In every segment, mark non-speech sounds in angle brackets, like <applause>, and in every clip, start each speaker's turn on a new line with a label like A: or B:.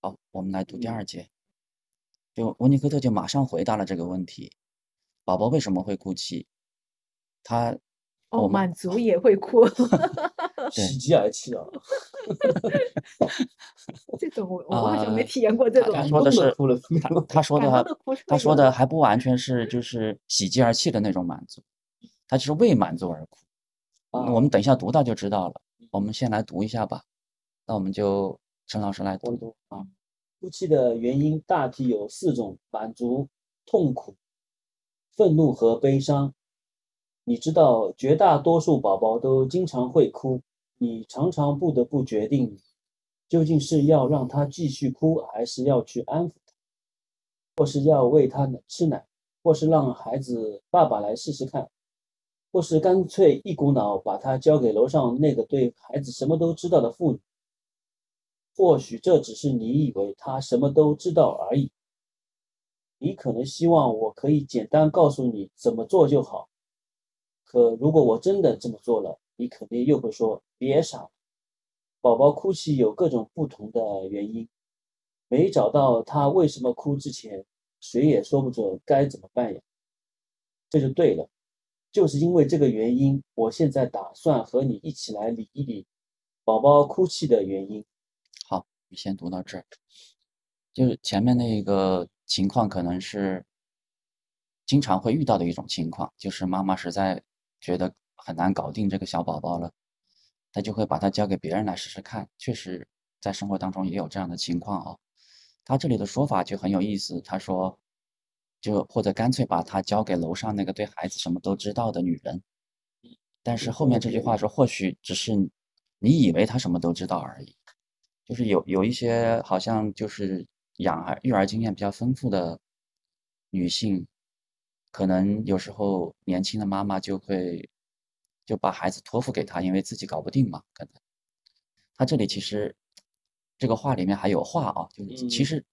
A: 好，哦我们来读第
B: 嗯
A: 二节。就维尼科特就马上回答了这个问题：宝宝为什么会哭泣？他，
B: 哦，
A: 我们
B: 满族也会哭， <laughs>
A: 对
C: 喜极而泣啊！
B: 这种我我好像没
A: 呃
B: 体验过这
A: 他
B: 种
A: 他
C: 感
A: 说
C: 动
A: 的
C: 的
A: 是
C: 哭了哭
A: 他
C: 了
A: 他说
B: 感动
A: 的
B: 的哭是
A: 他
B: 会
A: 说
B: 有
A: 的
B: 的
A: 还不完全是就是喜极而泣的那种满足，他就是为满足而哭。那
C: 啊！
B: 哦
A: 我们等一下读到就知道了。我们先来读一下吧。那我们就陈老师来
C: 我
A: 读。
C: 懂啊。哭泣的原因大体有四种：满足、痛苦、愤怒和悲伤。你知道，绝大多数宝宝都经常会哭，你常常不得不决定，究竟是要让他继续哭，还是要去安抚他，或是要喂他奶吃奶，或是让孩子爸爸来试试看，或是干脆一股脑把他交给楼上那个对孩子什么都知道的妇女。或许这只是你以为他什么都知道而已。你可能希望我可以简单告诉你怎么做就好，可如果我真的这么做了，你肯定又会说别傻了。宝宝哭泣有各种不同的原因，没找到他为什么哭之前，谁也说不准该怎么办呀。这就对了，就是因为这个原因，我现在打算和你一起来理一理宝宝哭泣的原因。
A: 好，你先读到这儿。就是前面那个情况，可能是经常会遇到的一种情况，就是妈妈实在觉得很难搞定这个小宝宝了，她就会把它交给别人来试试看。确实，在生活当中也有这样的情况哦。他这里的说法就很有意思，他说，就或者干脆把它交给楼上那个对孩子什么都知道的女人。但是后面这句话说，或许只是你以为他什么都知道而已。就是有有一些好像就是养儿育儿经验比较丰富的女性，可能有时候年轻的妈妈就会就把孩子托付给她，因为自己搞不定嘛，可能。她这里其实这个话里面还有话啊，就是其
C: 嗯
A: 实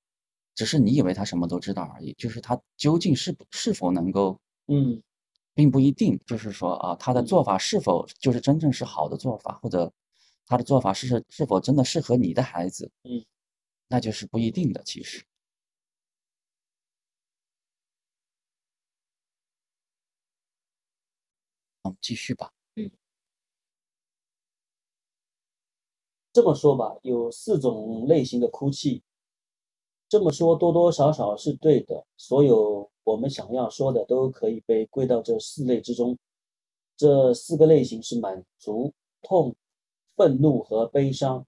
A: 只是你以为她什么都知道而已，就是她究竟是不是否能够，
C: 嗯，
A: 并不一定，就是说啊，她的
C: 嗯
A: 做法是否就是真正是好的做法，或者她的做法是是否真的适合你的孩子，
C: 嗯，
A: 那就是不一定的，其实。我们继续吧。
C: 这么说吧，有四种类型的哭泣。这么说多多少少是对的，所有我们想要说的都可以被归到这四类之中。这四个类型是满足、痛、愤怒和悲伤。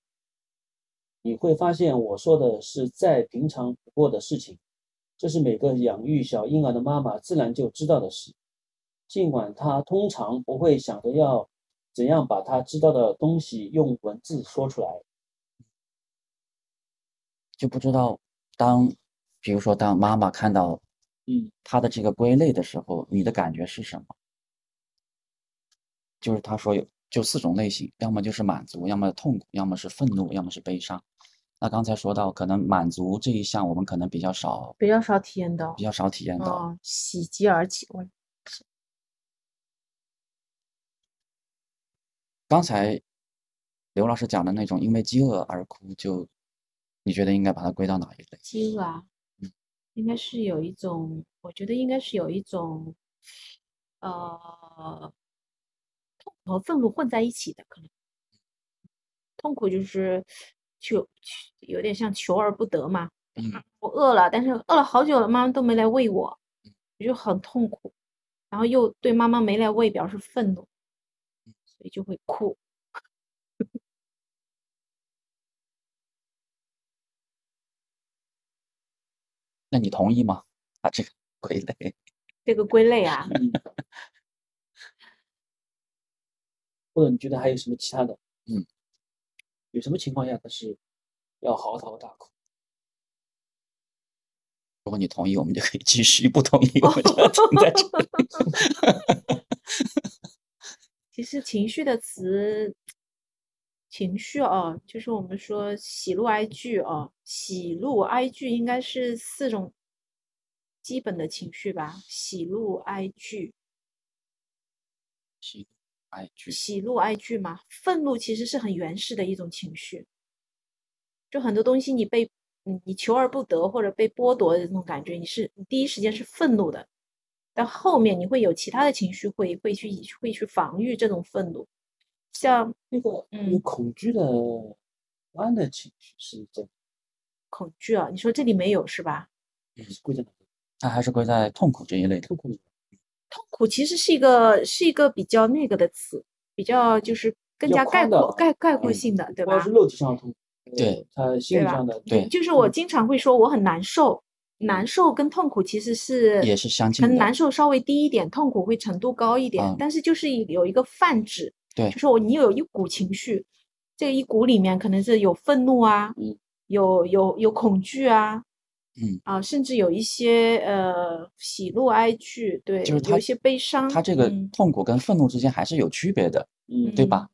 C: 你会发现我说的是再平常不过的事情，这是每个养育小婴儿的妈妈自然就知道的事。尽管她通常不会想着要怎样把她知道的东西用文字说出来。
A: 就不知道当，比如说当妈妈看到
C: 嗯，
A: 她的这个归类的时候，你的感觉是什么？就是他说有就四种类型，要么就是满足，要么痛苦，要么是愤怒，要么是悲伤。那刚才说到，可能满足这一项我们可能比较少，
B: 比较少体验到
A: 比，较少体验到。
B: 哦，喜极而泣，我
A: 刚才刘老师讲的那种因为饥饿而哭，就你觉得应该把它归到哪一类？
B: 饥饿啊，应该是有一种，我觉得应该是有一种，呃，痛苦和愤怒混在一起的，可能痛苦就是求，求有点像求而不得嘛。啊
A: 嗯
B: 我饿了，但是饿了好久了，妈妈都没来喂我，我就很痛苦，然后又对妈妈没来喂表示愤怒，所以就会哭。
A: 那你同意吗？把这个归类？
B: 这个归类啊，
C: 或者你觉得还有什么其他的？
A: 嗯，
C: 有什么情况下他是要嚎啕大哭？
A: 如果你同意，我们就可以继续；不同意，我们就要停在这里。 <laughs>
B: 其实情绪的词，情绪哦，就是我们说喜怒哀惧哦，喜怒哀惧应该是四种基本的情绪吧？喜怒哀惧，
A: 喜怒哀惧，
B: 喜怒哀惧嘛，愤怒其实是很原始的一种情绪，就很多东西你被你你求而不得或者被剥夺的那种感觉，你是你第一时间是愤怒的，但后面你会有其他的情绪会会去会去防御这种愤怒，像
C: 那个
B: 嗯
C: 有恐惧的不安的情绪是这样，
B: 恐惧啊，你说这里没有是吧？
A: 嗯
C: 是归在哪？
A: 它还是归在痛苦这一类的。
C: 痛苦里
B: 痛苦其实是一个是一个比较那个的词，比较就是更
C: 比
B: 加
C: 较
B: 概
C: 宽的
B: 括概概括
C: 嗯
B: 性的，对
C: 不光
B: 吧
C: 是？嗯肉体上的痛苦，呃
A: 对，
C: 他心
B: 对
C: 理
B: 吧
C: 上的
A: 对
B: 就是我经常会说我很难受，
C: 嗯
B: 难受跟痛苦其实是
A: 也是相近
B: 可能
A: 的
B: 难受稍微低一点，痛苦会程度高一点，
A: 嗯
B: 但是就是一有一个泛指，
A: 对
B: 就是我你有一股情绪，这一股里面可能是有愤怒啊，
C: 嗯
B: 有有有恐惧啊。
A: 嗯
B: 啊，甚至有一些呃喜怒哀惧，对，
A: 就是
B: 有
A: 它
B: 一些悲伤，
A: 它这个
B: 嗯
A: 痛苦跟愤怒之间还是有区别的，
C: 嗯
A: 对
B: 嗯
A: 吧？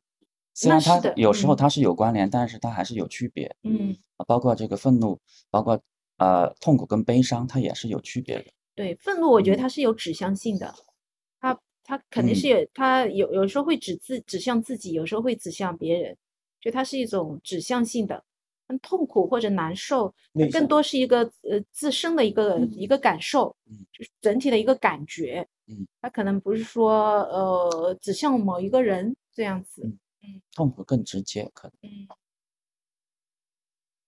A: 虽
B: 那
A: 然
B: 是
A: 它
B: 的
A: 有时候
B: 嗯
A: 它是有关联，但是它还是有区别。
B: 嗯，
A: 啊包括这个愤怒，包括呃痛苦跟悲伤，它也是有区别的。
B: 对，愤怒我觉得
A: 嗯
B: 它是有指向性的，它它肯定是有，它有有时候会指自指向自己，有时候会指向别人，就它是一种指向性的。但痛苦或者难受，它
C: 内
B: 更
C: 向
B: 多是一个呃自身的一个、一
C: 嗯
B: 个感受，
A: 嗯
B: 就是整体的一个感觉。
A: 嗯，
B: 它可能不是说呃指向某一个人这样子。
A: 嗯痛苦更直接，可能
B: 嗯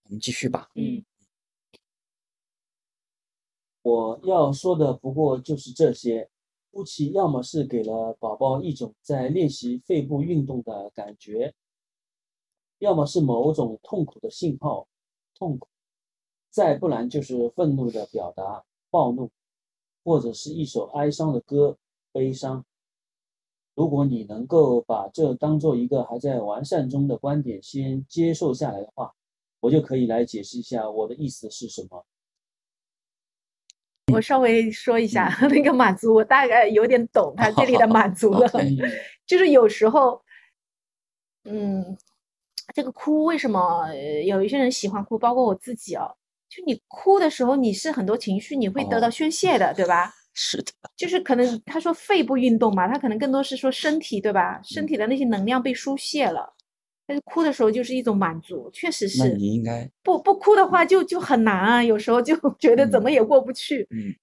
A: 我们继续吧。
B: 嗯
C: 我要说的不过就是这些。夫妻要么是给了宝宝一种在练习肺部运动的感觉，要么是某种痛苦的信号，痛苦，再不然就是愤怒的表达，暴怒，或者是一首哀伤的歌，悲伤。如果你能够把这当做一个还在完善中的观点先接受下来的话，我就可以来解释一下我的意思是什么。
A: 嗯
B: 我稍微说一下、 <laughs> 那个满足，我大概有点懂他这里的满足了。
A: OK
C: 嗯
B: <laughs> 就是有时候，嗯，这个哭为什么呃有一些人喜欢哭，包括我自己哦，就你哭的时候，你是很多情绪你会得到
A: 哦
B: 宣泄的，对吧？
A: 是的，
B: 就是可能他说肺部运动嘛，他可能更多是说身体，对吧？
A: 嗯
B: 身体的那些能量被疏泄了，但是哭的时候就是一种满足，确实
A: 那
B: 是。
A: 你应该
B: 不不哭的话就就很难啊，有时候就觉得怎么也过不去。
A: 嗯，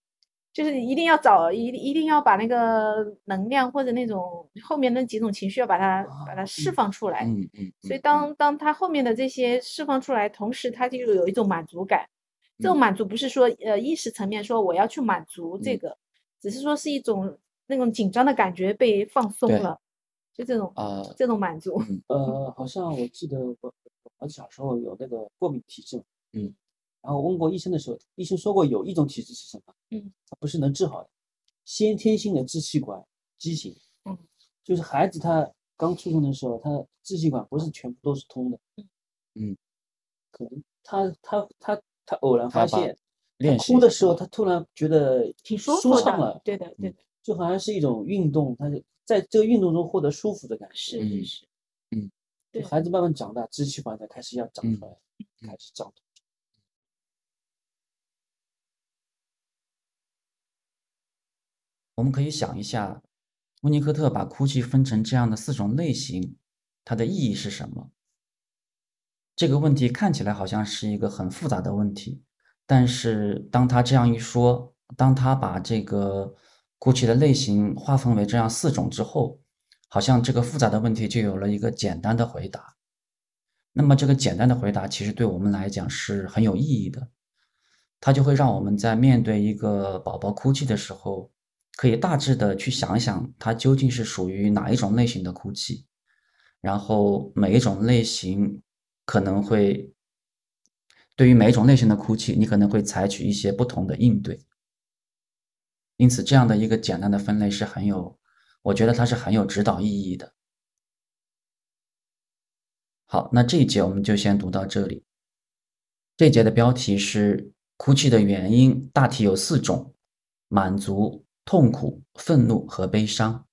B: 就是一定要找一一定要把那个能量或者那种后面那几种情绪要把它把它释
C: 嗯
B: 放出来。
A: 嗯嗯。
B: 哎所以
A: 嗯
B: 当当他后面的这些释放出来，同时他就有一种满足感。这种
A: 嗯
B: 满足不是说呃意识层面说我要去满足这
A: 嗯
B: 个，只是说是一种那种紧张的感觉被放松
A: 对
B: 了，就这种
A: 呃
B: 这种满足。 <laughs>
C: 呃，好像我记得我我小时候有那个过敏体质，
A: 嗯，
C: 然后问过医生的时候，医生说过有一种体质是什么？
B: 嗯，
C: 它不是能治好的，先天性的支气管畸形，
B: 嗯，
C: 就是孩子他刚出生的时候，他支气管不是全部都是通的，
A: 嗯，
C: 可能他他他他偶然发
A: 他把
C: 现，他
A: 练习
C: 哭的时候，他突然觉得
B: 挺舒
C: 舒
B: 服
C: 畅
B: 的
C: 了，，
B: 对的，
A: 嗯
B: 对的，
C: 就好像是一种运动，他就在这个运动中获得舒服的感觉。
B: 是
A: 嗯
B: 是是，对
C: 孩子慢慢长大，支气管才开始要长
A: 嗯
C: 出来，开始长。
A: 我们可以想一下，温尼科特把哭泣分成这样的四种类型，它的意义是什么？这个问题看起来好像是一个很复杂的问题，但是当他这样一说，当他把这个哭泣的类型划分为这样四种之后，好像这个复杂的问题就有了一个简单的回答。那么这个简单的回答其实对我们来讲是很有意义的，它就会让我们在面对一个宝宝哭泣的时候，可以大致的去想一想它究竟是属于哪一种类型的哭泣，然后每一种类型可能会对于每一种类型的哭泣，你可能会采取一些不同的应对。因此，这样的一个简单的分类是很有，我觉得它是很有指导意义的。好，那这一节我们就先读到这里。这一节的标题是“哭泣的原因大体有四种：满足、痛苦、愤怒和悲伤”。